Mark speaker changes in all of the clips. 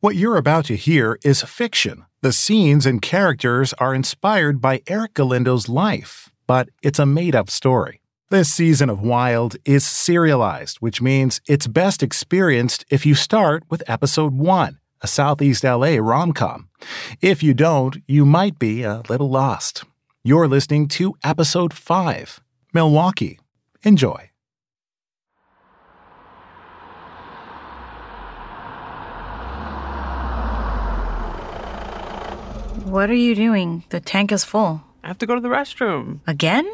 Speaker 1: What you're about to hear is fiction. The scenes and characters are inspired by Eric Galindo's life, but it's a made up story. This season of Wild is serialized, which means it's best experienced if you start with episode 1, a Southeast LA rom com. If you don't, you might be a little lost. You're listening to episode 5, Milwaukee. Enjoy.
Speaker 2: What are you doing? The tank is full.
Speaker 3: I have to go to the restroom.
Speaker 2: Again?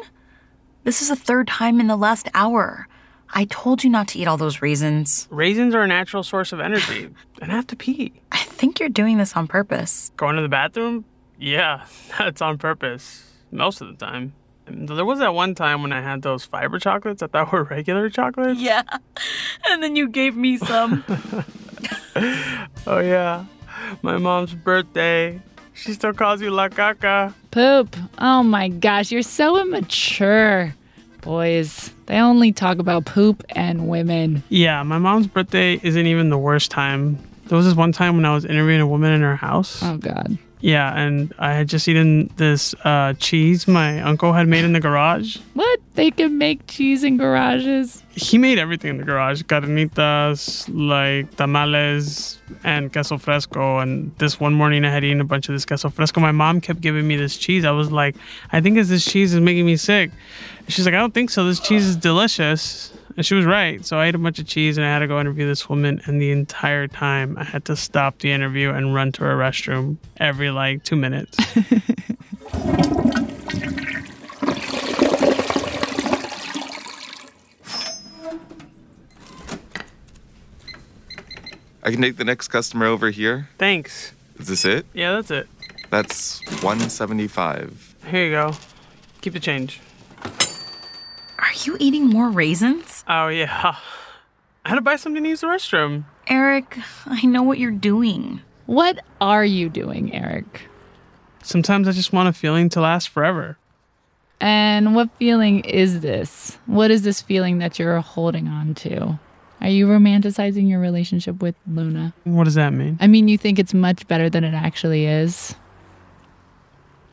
Speaker 2: This is the third time in the last hour. I told you not to eat all those raisins.
Speaker 3: Raisins are a natural source of energy, and I have to pee.
Speaker 2: I think you're doing this on purpose.
Speaker 3: Going to the bathroom? Yeah, that's on purpose. Most of the time. And There was that one time when I had those fiber chocolates I thought were regular chocolates.
Speaker 2: Yeah. And then you gave me some.
Speaker 3: Oh, yeah. My mom's birthday. She still calls you La Caca.
Speaker 4: Poop. Oh my gosh, you're so immature. Boys, they only talk about poop and women.
Speaker 3: Yeah, my mom's birthday isn't even the worst time. There was this one time when I was interviewing a woman in her house.
Speaker 4: Oh god.
Speaker 3: Yeah, and I had just eaten this uh, cheese my uncle had made in the garage.
Speaker 4: What? They can make cheese in garages.
Speaker 3: He made everything in the garage carnitas, like tamales, and queso fresco. And this one morning, I had eaten a bunch of this queso fresco. My mom kept giving me this cheese. I was like, I think it's this cheese is making me sick. She's like, I don't think so. This cheese is delicious. And she was right. So I ate a bunch of cheese and I had to go interview this woman. And the entire time, I had to stop the interview and run to a restroom every like two minutes.
Speaker 5: I can take the next customer over here.
Speaker 3: Thanks.
Speaker 5: Is this it?
Speaker 3: Yeah, that's it.
Speaker 5: That's 175.
Speaker 3: Here you go. Keep the change.
Speaker 2: Are you eating more raisins?
Speaker 3: Oh, yeah. I had to buy something to use the restroom.
Speaker 2: Eric, I know what you're doing.
Speaker 4: What are you doing, Eric?
Speaker 3: Sometimes I just want a feeling to last forever.
Speaker 4: And what feeling is this? What is this feeling that you're holding on to? Are you romanticizing your relationship with Luna?
Speaker 3: What does that mean?
Speaker 4: I mean, you think it's much better than it actually is.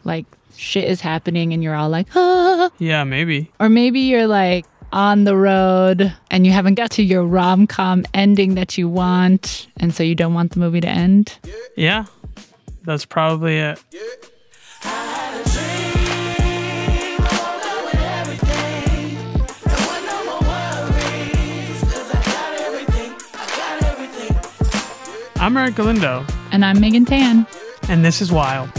Speaker 4: Like shit is happening and you're all like, "Ah."
Speaker 3: Yeah, maybe.
Speaker 4: Or maybe you're like on the road and you haven't got to your rom com ending that you want, and so you don't want the movie to end.
Speaker 3: Yeah, that's probably it. I'm Eric Galindo,
Speaker 4: And I'm Megan Tan.
Speaker 3: and this is Wild.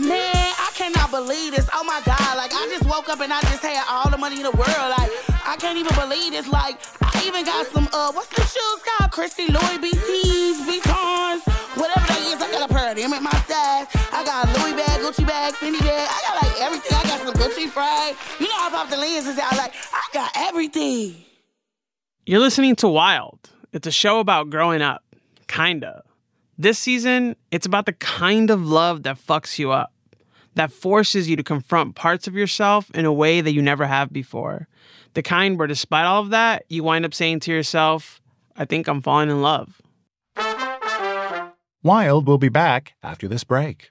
Speaker 6: Man, I cannot believe this. Oh my god, like I just woke up and I just had all the money in the world. Like I can't even believe this. Like I even got some uh what's the shoes called? Christy Louis BTs, Vuittons, whatever that is. I got a pair of them at my size. I got a Louis bag, Gucci bag, Fendi bag. I got like everything. I got some Gucci fried. You know I popped the lenses out like I got everything.
Speaker 3: You're listening to Wild. It's a show about growing up, kinda. This season, it's about the kind of love that fucks you up, that forces you to confront parts of yourself in a way that you never have before. The kind where, despite all of that, you wind up saying to yourself, I think I'm falling in love.
Speaker 1: Wild will be back after this break.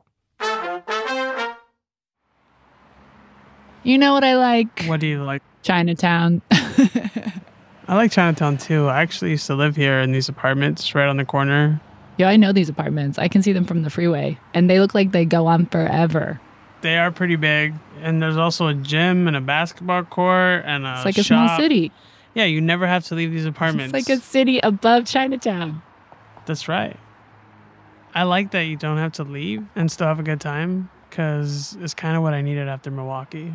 Speaker 4: You know what I like?
Speaker 3: What do you like?
Speaker 4: Chinatown.
Speaker 3: I like Chinatown too. I actually used to live here in these apartments right on the corner.
Speaker 4: yeah, I know these apartments. I can see them from the freeway, and they look like they go on forever.
Speaker 3: They are pretty big, and there's also a gym and a basketball court and a
Speaker 4: It's like a small
Speaker 3: Uh, shop.
Speaker 4: city.
Speaker 3: Yeah, you never have to leave these apartments.
Speaker 4: It's like a city above Chinatown.
Speaker 3: That's right. I like that you don't have to leave and still have a good time because it's kind of what I needed after Milwaukee.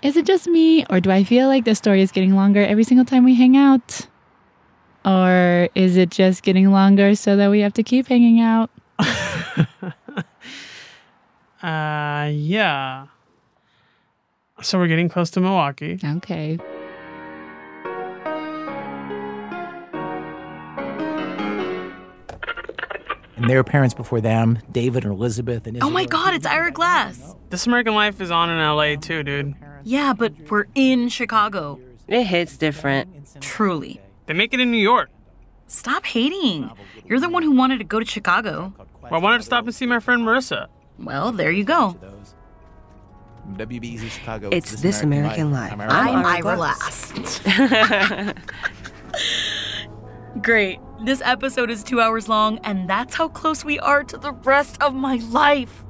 Speaker 4: Is it just me, or do I feel like the story is getting longer every single time we hang out? Or is it just getting longer so that we have to keep hanging out?
Speaker 3: Uh, yeah. So we're getting close to Milwaukee.
Speaker 4: Okay.
Speaker 7: And their parents before them, David and Elizabeth and
Speaker 2: Oh my God, it's Ira Glass.
Speaker 3: This American Life is on in LA too, dude.
Speaker 2: Yeah, but we're in Chicago.
Speaker 8: It hits different.
Speaker 2: Truly.
Speaker 3: They make it in New York.
Speaker 2: Stop hating. You're the one who wanted to go to Chicago.
Speaker 3: Well, I wanted to stop and see my friend Marissa.
Speaker 2: Well, there you go.
Speaker 9: WBEZ Chicago.
Speaker 8: It's This American Life.
Speaker 2: I'm Ira Last. Great. This episode is two hours long, and that's how close we are to the rest of my life.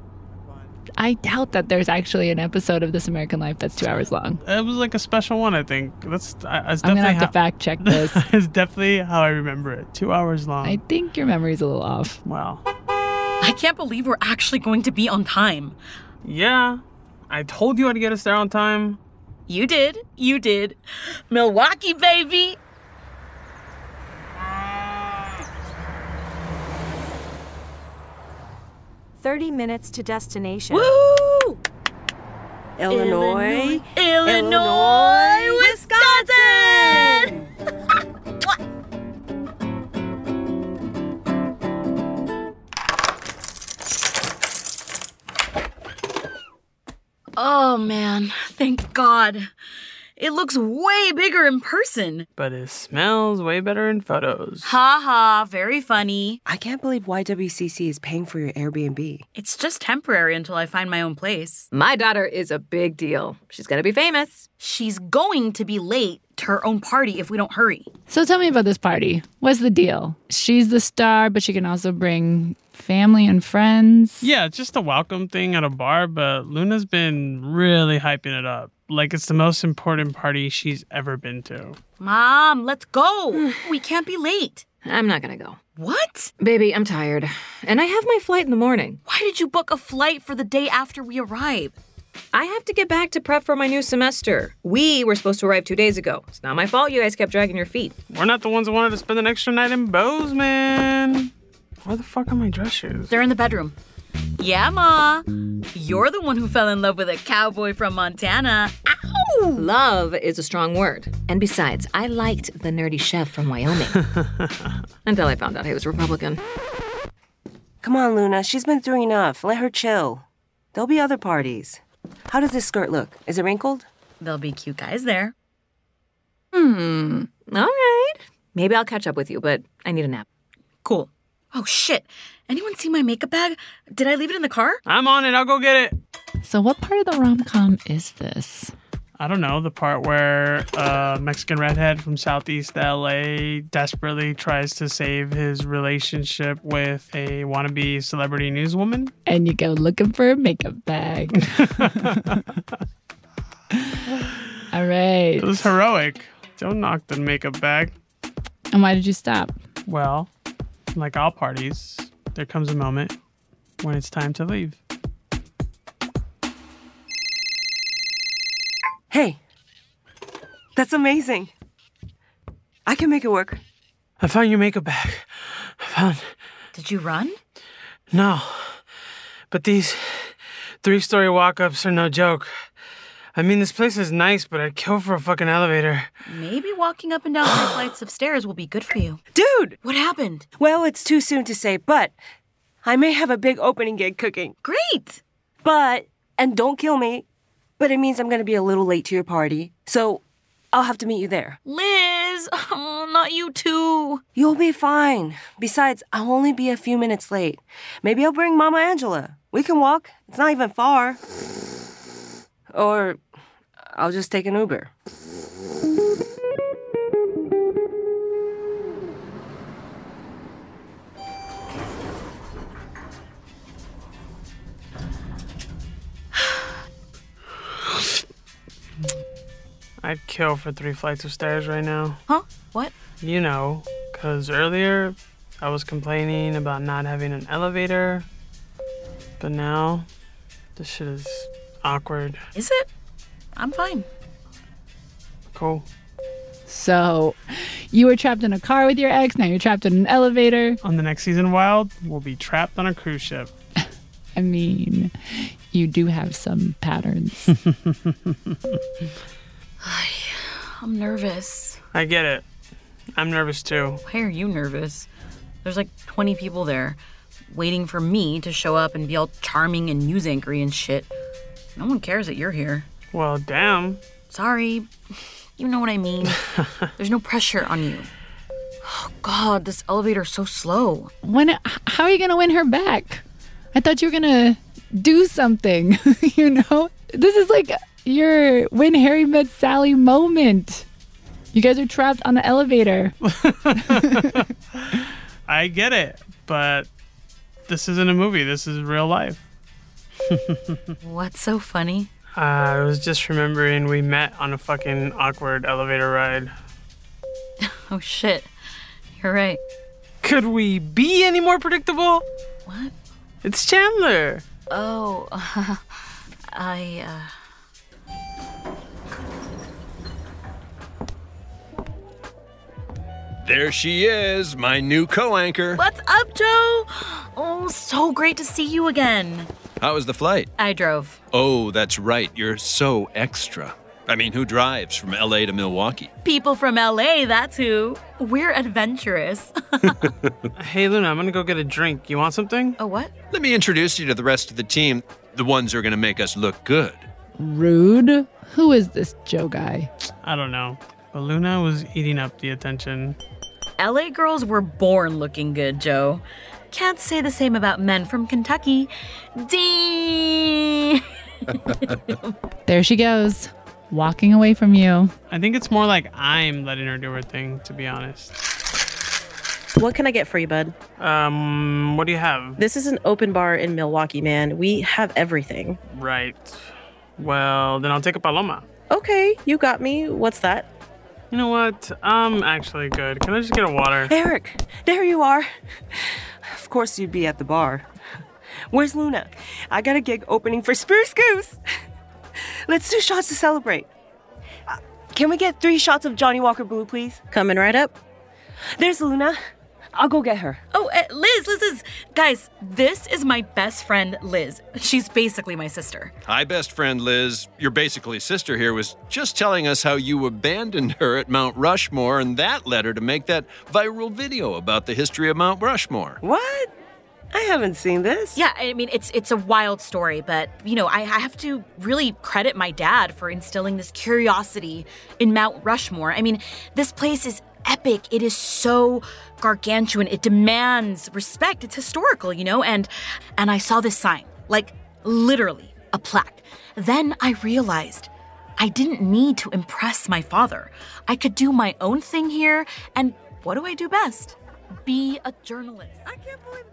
Speaker 4: I doubt that there's actually an episode of This American Life that's two hours long.
Speaker 3: It was like a special one, I think. That's I, it's
Speaker 4: I'm
Speaker 3: definitely
Speaker 4: gonna have to
Speaker 3: how-
Speaker 4: fact check this.
Speaker 3: it's definitely how I remember it. Two hours long.
Speaker 4: I think your memory's a little off.
Speaker 3: Wow.
Speaker 2: I can't believe we're actually going to be on time.
Speaker 3: Yeah, I told you I'd get us there on time.
Speaker 2: You did. You did. Milwaukee, baby.
Speaker 10: Thirty minutes to destination.
Speaker 2: Woo!
Speaker 8: Illinois.
Speaker 10: Illinois. Illinois,
Speaker 2: Wisconsin. Oh man, thank God. It looks way bigger in person.
Speaker 3: But it smells way better in photos.
Speaker 2: Ha ha, very funny.
Speaker 8: I can't believe YWCC is paying for your Airbnb.
Speaker 2: It's just temporary until I find my own place.
Speaker 11: My daughter is a big deal. She's going to be famous.
Speaker 2: She's going to be late to her own party if we don't hurry.
Speaker 4: So tell me about this party. What's the deal? She's the star, but she can also bring family and friends.
Speaker 3: Yeah, it's just a welcome thing at a bar, but Luna's been really hyping it up. Like it's the most important party she's ever been to.
Speaker 2: Mom, let's go. we can't be late.
Speaker 11: I'm not going to go.
Speaker 2: What?
Speaker 11: Baby, I'm tired. And I have my flight in the morning.
Speaker 2: Why did you book a flight for the day after we arrive?
Speaker 11: I have to get back to prep for my new semester. We were supposed to arrive two days ago. It's not my fault you guys kept dragging your feet.
Speaker 3: We're not the ones that wanted to spend an extra night in Bozeman. Where the fuck are my dress shoes?
Speaker 2: They're in the bedroom. Yeah, Ma. You're the one who fell in love with a cowboy from Montana. Ow!
Speaker 11: Love is a strong word. And besides, I liked the nerdy chef from Wyoming until I found out he was Republican.
Speaker 8: Come on, Luna. She's been through enough. Let her chill. There'll be other parties. How does this skirt look? Is it wrinkled?
Speaker 2: There'll be cute guys there.
Speaker 11: Hmm. All right. Maybe I'll catch up with you, but I need a nap.
Speaker 2: Cool. Oh shit. Anyone see my makeup bag? Did I leave it in the car?
Speaker 3: I'm on it. I'll go get it.
Speaker 4: So what part of the rom com is this?
Speaker 3: I don't know, the part where a Mexican redhead from Southeast LA desperately tries to save his relationship with a wannabe celebrity newswoman.
Speaker 4: And you go looking for a makeup bag. All right.
Speaker 3: It was heroic. Don't knock the makeup bag.
Speaker 4: And why did you stop?
Speaker 3: Well, like all parties, there comes a moment when it's time to leave.
Speaker 8: Hey, that's amazing. I can make it work.
Speaker 3: I found your makeup bag. I found.
Speaker 2: Did you run?
Speaker 3: No. But these three story walk ups are no joke. I mean, this place is nice, but I'd kill for a fucking elevator.
Speaker 2: Maybe walking up and down three flights of stairs will be good for you.
Speaker 8: Dude!
Speaker 2: What happened?
Speaker 8: Well, it's too soon to say, but I may have a big opening gig cooking.
Speaker 2: Great!
Speaker 8: But, and don't kill me, but it means I'm gonna be a little late to your party, so I'll have to meet you there.
Speaker 2: Liz! Oh, not you too.
Speaker 8: You'll be fine. Besides, I'll only be a few minutes late. Maybe I'll bring Mama Angela. We can walk, it's not even far. Or I'll just take an Uber.
Speaker 3: I'd kill for three flights of stairs right now.
Speaker 2: Huh? What?
Speaker 3: You know, 'cause earlier I was complaining about not having an elevator, but now this shit is awkward.
Speaker 2: Is it? I'm fine.
Speaker 3: Cool.
Speaker 4: So, you were trapped in a car with your ex. Now you're trapped in an elevator.
Speaker 3: On the next season, Wild will be trapped on a cruise ship.
Speaker 4: I mean, you do have some patterns.
Speaker 2: I'm nervous.
Speaker 3: I get it. I'm nervous too.
Speaker 2: Why are you nervous? There's like 20 people there waiting for me to show up and be all charming and news anchory and shit. No one cares that you're here.
Speaker 3: Well, damn.
Speaker 2: Sorry. You know what I mean. There's no pressure on you. Oh, God, this elevator's so slow.
Speaker 4: when? h- How are you gonna win her back? I thought you were gonna do something. you know, this is like your when Harry met Sally moment. You guys are trapped on the elevator.
Speaker 3: I get it, but this isn't a movie. This is real life.
Speaker 2: What's so funny?
Speaker 3: I was just remembering we met on a fucking awkward elevator ride.
Speaker 2: Oh, shit. You're right.
Speaker 3: Could we be any more predictable?
Speaker 2: What?
Speaker 3: It's Chandler.
Speaker 2: Oh, I, uh.
Speaker 9: There she is, my new co anchor.
Speaker 2: What's up, Joe? Oh, so great to see you again.
Speaker 9: How was the flight?
Speaker 2: I drove.
Speaker 9: Oh, that's right. You're so extra. I mean, who drives from LA to Milwaukee?
Speaker 2: People from LA, that's who. We're adventurous.
Speaker 3: Hey, Luna, I'm gonna go get a drink. You want something?
Speaker 2: A what?
Speaker 9: Let me introduce you to the rest of the team, the ones who are going to make us look good.
Speaker 4: Rude. Who is this Joe guy?
Speaker 3: I don't know. But Luna was eating up the attention.
Speaker 2: LA girls were born looking good, Joe. Can't say the same about men from Kentucky. Ding!
Speaker 4: There she goes, walking away from you.
Speaker 3: I think it's more like I'm letting her do her thing, to be honest.
Speaker 12: What can I get for you, bud?
Speaker 3: Um, what do you have?
Speaker 12: This is an open bar in Milwaukee, man. We have everything.
Speaker 3: Right. Well, then I'll take a paloma.
Speaker 12: Okay, you got me. What's that?
Speaker 3: You know what? I'm actually good. Can I just get a water?
Speaker 8: Eric, there you are. Of course you'd be at the bar. Where's Luna? I got a gig opening for Spruce Goose. Let's do shots to celebrate. Uh, Can we get three shots of Johnny Walker Blue, please?
Speaker 12: Coming right up.
Speaker 8: There's Luna. I'll go get her.
Speaker 2: Oh, uh, Liz, Liz, Liz. Guys, this is my best friend, Liz. She's basically my sister.
Speaker 9: Hi, best friend Liz. Your basically sister here was just telling us how you abandoned her at Mount Rushmore, and that led her to make that viral video about the history of Mount Rushmore.
Speaker 8: What? I haven't seen this.
Speaker 2: Yeah, I mean, it's it's a wild story, but, you know, I, I have to really credit my dad for instilling this curiosity in Mount Rushmore. I mean, this place is epic. It is so gargantuan. It demands respect. It's historical, you know? And and I saw this sign, like literally a plaque. Then I realized I didn't need to impress my father. I could do my own thing here, and what do I do best? Be a journalist. I can't believe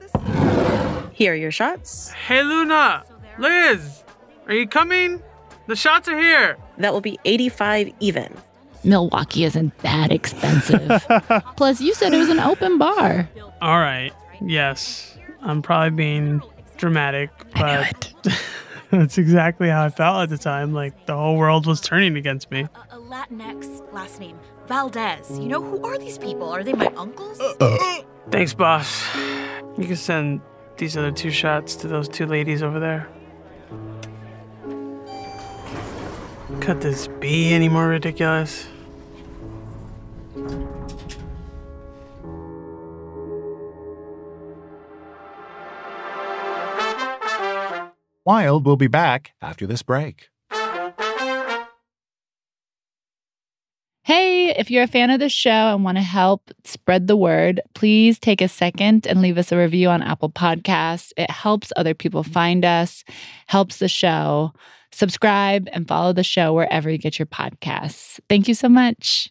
Speaker 12: Here are your shots.
Speaker 3: Hey, Luna! Liz! Are you coming? The shots are here!
Speaker 12: That will be 85 even.
Speaker 4: Milwaukee isn't that expensive. Plus, you said it was an open bar.
Speaker 3: All right. Yes. I'm probably being dramatic, but that's exactly how I felt at the time. Like the whole world was turning against me.
Speaker 2: a Uh, Latinx last name, Valdez. You know, who are these people? Are they my uncles?
Speaker 3: Thanks, boss. You can send these other two shots to those two ladies over there. Could this be any more ridiculous?
Speaker 13: Wild will be back after this break.
Speaker 4: Hey, if you're a fan of the show and want to help spread the word, please take a second and leave us a review on Apple Podcasts. It helps other people find us, helps the show. Subscribe and follow the show wherever you get your podcasts. Thank you so much.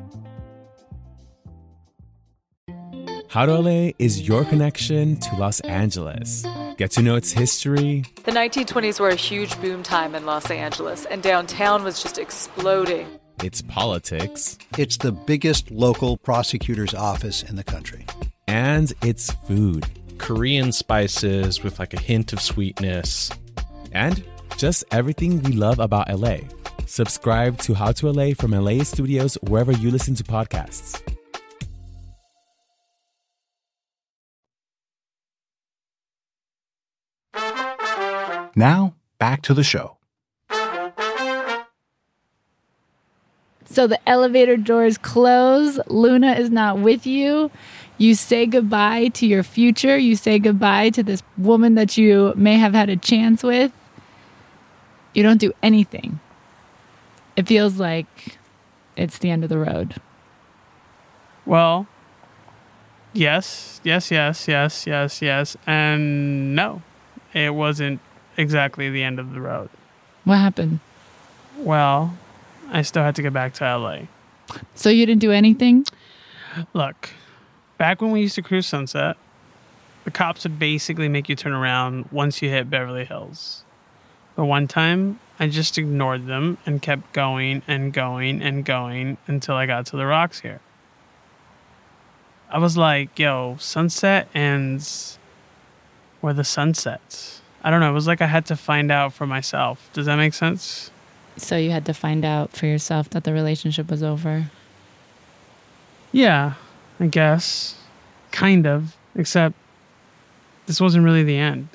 Speaker 14: Harole is your connection to Los Angeles. Get to know its history,
Speaker 15: The 1920s were a huge boom time in Los Angeles, and downtown was just exploding.
Speaker 14: its politics,
Speaker 16: It's the biggest local prosecutor's office in the country.
Speaker 14: and its food.
Speaker 6: Korean spices with like a hint of sweetness.
Speaker 14: And just everything we love about LA. Subscribe to How to LA from LA Studios wherever you listen to podcasts.
Speaker 13: Now, back to the show.
Speaker 4: So the elevator doors close. Luna is not with you. You say goodbye to your future. You say goodbye to this woman that you may have had a chance with. You don't do anything. It feels like it's the end of the road.
Speaker 3: Well, yes, yes, yes, yes, yes, yes, and no. It wasn't exactly the end of the road.
Speaker 4: What happened?
Speaker 3: Well, I still had to get back to LA.
Speaker 4: So you didn't do anything?
Speaker 3: Look, back when we used to cruise Sunset, the cops would basically make you turn around once you hit Beverly Hills. But one time, I just ignored them and kept going and going and going until I got to the rocks here. I was like, yo, sunset ends where the sun sets. I don't know. It was like I had to find out for myself. Does that make sense?
Speaker 4: So you had to find out for yourself that the relationship was over.
Speaker 3: Yeah, I guess. Kind of. Except this wasn't really the end.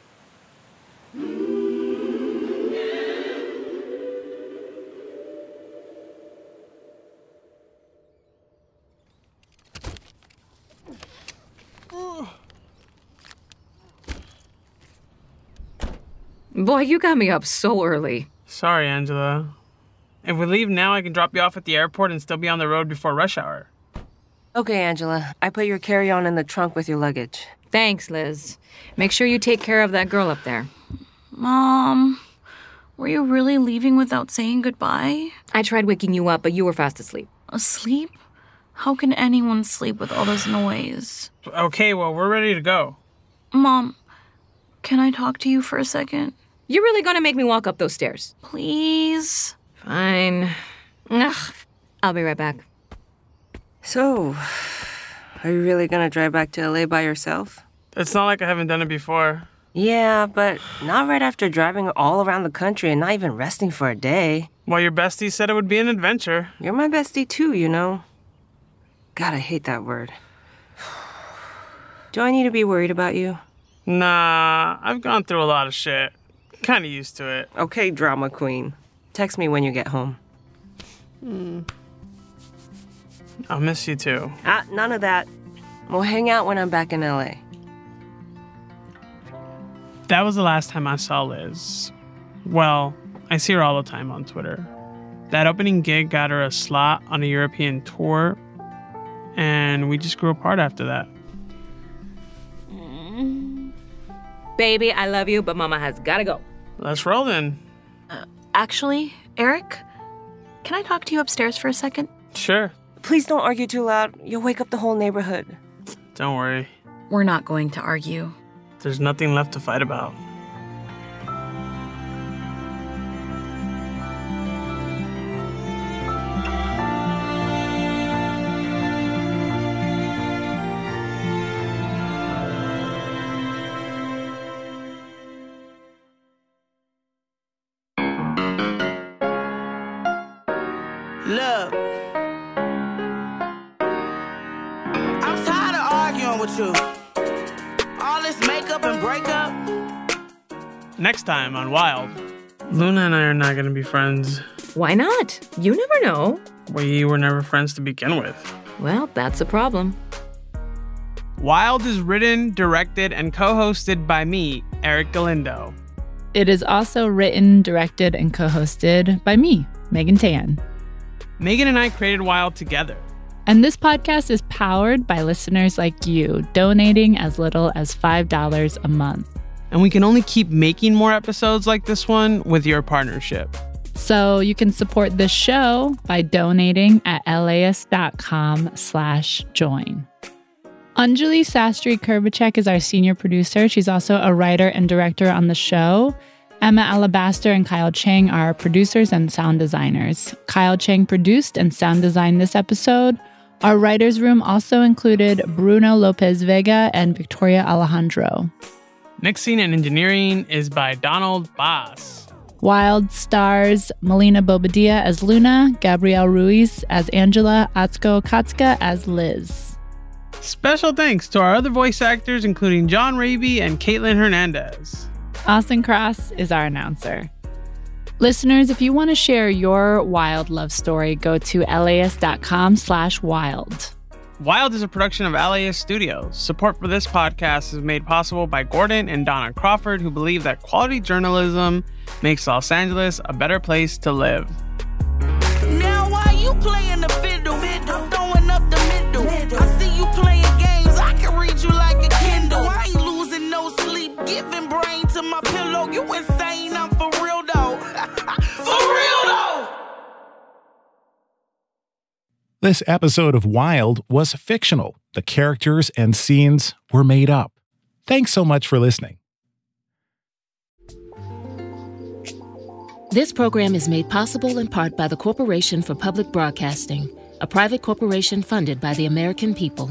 Speaker 2: Boy, you got me up so early.
Speaker 3: Sorry, Angela. If we leave now, I can drop you off at the airport and still be on the road before rush hour.
Speaker 17: Okay, Angela, I put your carry on in the trunk with your luggage.
Speaker 2: Thanks, Liz. Make sure you take care of that girl up there. Mom, were you really leaving without saying goodbye? I tried waking you up, but you were fast asleep. Asleep? How can anyone sleep with all this noise?
Speaker 3: Okay, well, we're ready to go.
Speaker 2: Mom, can I talk to you for a second? You're really gonna make me walk up those stairs. Please. Fine. Ugh. I'll be right back.
Speaker 17: So, are you really gonna drive back to LA by yourself?
Speaker 3: It's not like I haven't done it before.
Speaker 17: Yeah, but not right after driving all around the country and not even resting for a day.
Speaker 3: Well, your bestie said it would be an adventure.
Speaker 17: You're my bestie too, you know. God, I hate that word. Do I need to be worried about you?
Speaker 3: Nah, I've gone through a lot of shit. Kinda used to it.
Speaker 17: Okay, drama queen. Text me when you get home.
Speaker 3: I'll miss you too.
Speaker 17: Ah, none of that. We'll hang out when I'm back in LA.
Speaker 3: That was the last time I saw Liz. Well, I see her all the time on Twitter. That opening gig got her a slot on a European tour, and we just grew apart after that.
Speaker 18: Baby, I love you, but mama has gotta go.
Speaker 3: Let's roll then.
Speaker 2: Actually, Eric, can I talk to you upstairs for a second?
Speaker 3: Sure.
Speaker 17: Please don't argue too loud. You'll wake up the whole neighborhood.
Speaker 3: Don't worry.
Speaker 2: We're not going to argue.
Speaker 3: There's nothing left to fight about.
Speaker 19: Look. I'm tired of arguing with you. All this makeup and breakup.
Speaker 3: Next time on Wild. Luna and I are not going to be friends.
Speaker 20: Why not? You never know.
Speaker 3: We were never friends to begin with.
Speaker 20: Well, that's a problem.
Speaker 3: Wild is written, directed, and co hosted by me, Eric Galindo.
Speaker 4: It is also written, directed, and co hosted by me, Megan Tan.
Speaker 3: Megan and I created Wild together.
Speaker 4: And this podcast is powered by listeners like you, donating as little as $5 a month.
Speaker 3: And we can only keep making more episodes like this one with your partnership.
Speaker 4: So you can support this show by donating at las.com slash join. Anjali Sastry Kurbacek is our senior producer. She's also a writer and director on the show. Emma Alabaster and Kyle Chang are producers and sound designers. Kyle Chang produced and sound designed this episode. Our writer's room also included Bruno Lopez Vega and Victoria Alejandro.
Speaker 3: Mixing and engineering is by Donald Boss.
Speaker 4: Wild stars Melina Bobadilla as Luna, Gabrielle Ruiz as Angela, Atsuko Katsuka as Liz.
Speaker 3: Special thanks to our other voice actors, including John Raby and Caitlin Hernandez.
Speaker 4: Austin Cross is our announcer. Listeners, if you want to share your wild love story, go to las.com slash wild.
Speaker 3: Wild is a production of LAS Studios. Support for this podcast is made possible by Gordon and Donna Crawford, who believe that quality journalism makes Los Angeles a better place to live.
Speaker 19: Now why you playing the fiddle? I'm throwing up the middle. I see you playing games. I can read you like a Kindle. I ain't losing no sleep, giving brain to my pillow. You insane? I'm for real though. for real though.
Speaker 21: This episode of Wild was fictional. The characters and scenes were made up. Thanks so much for listening.
Speaker 17: This program is made possible in part by the Corporation for Public Broadcasting, a private corporation funded by the American people.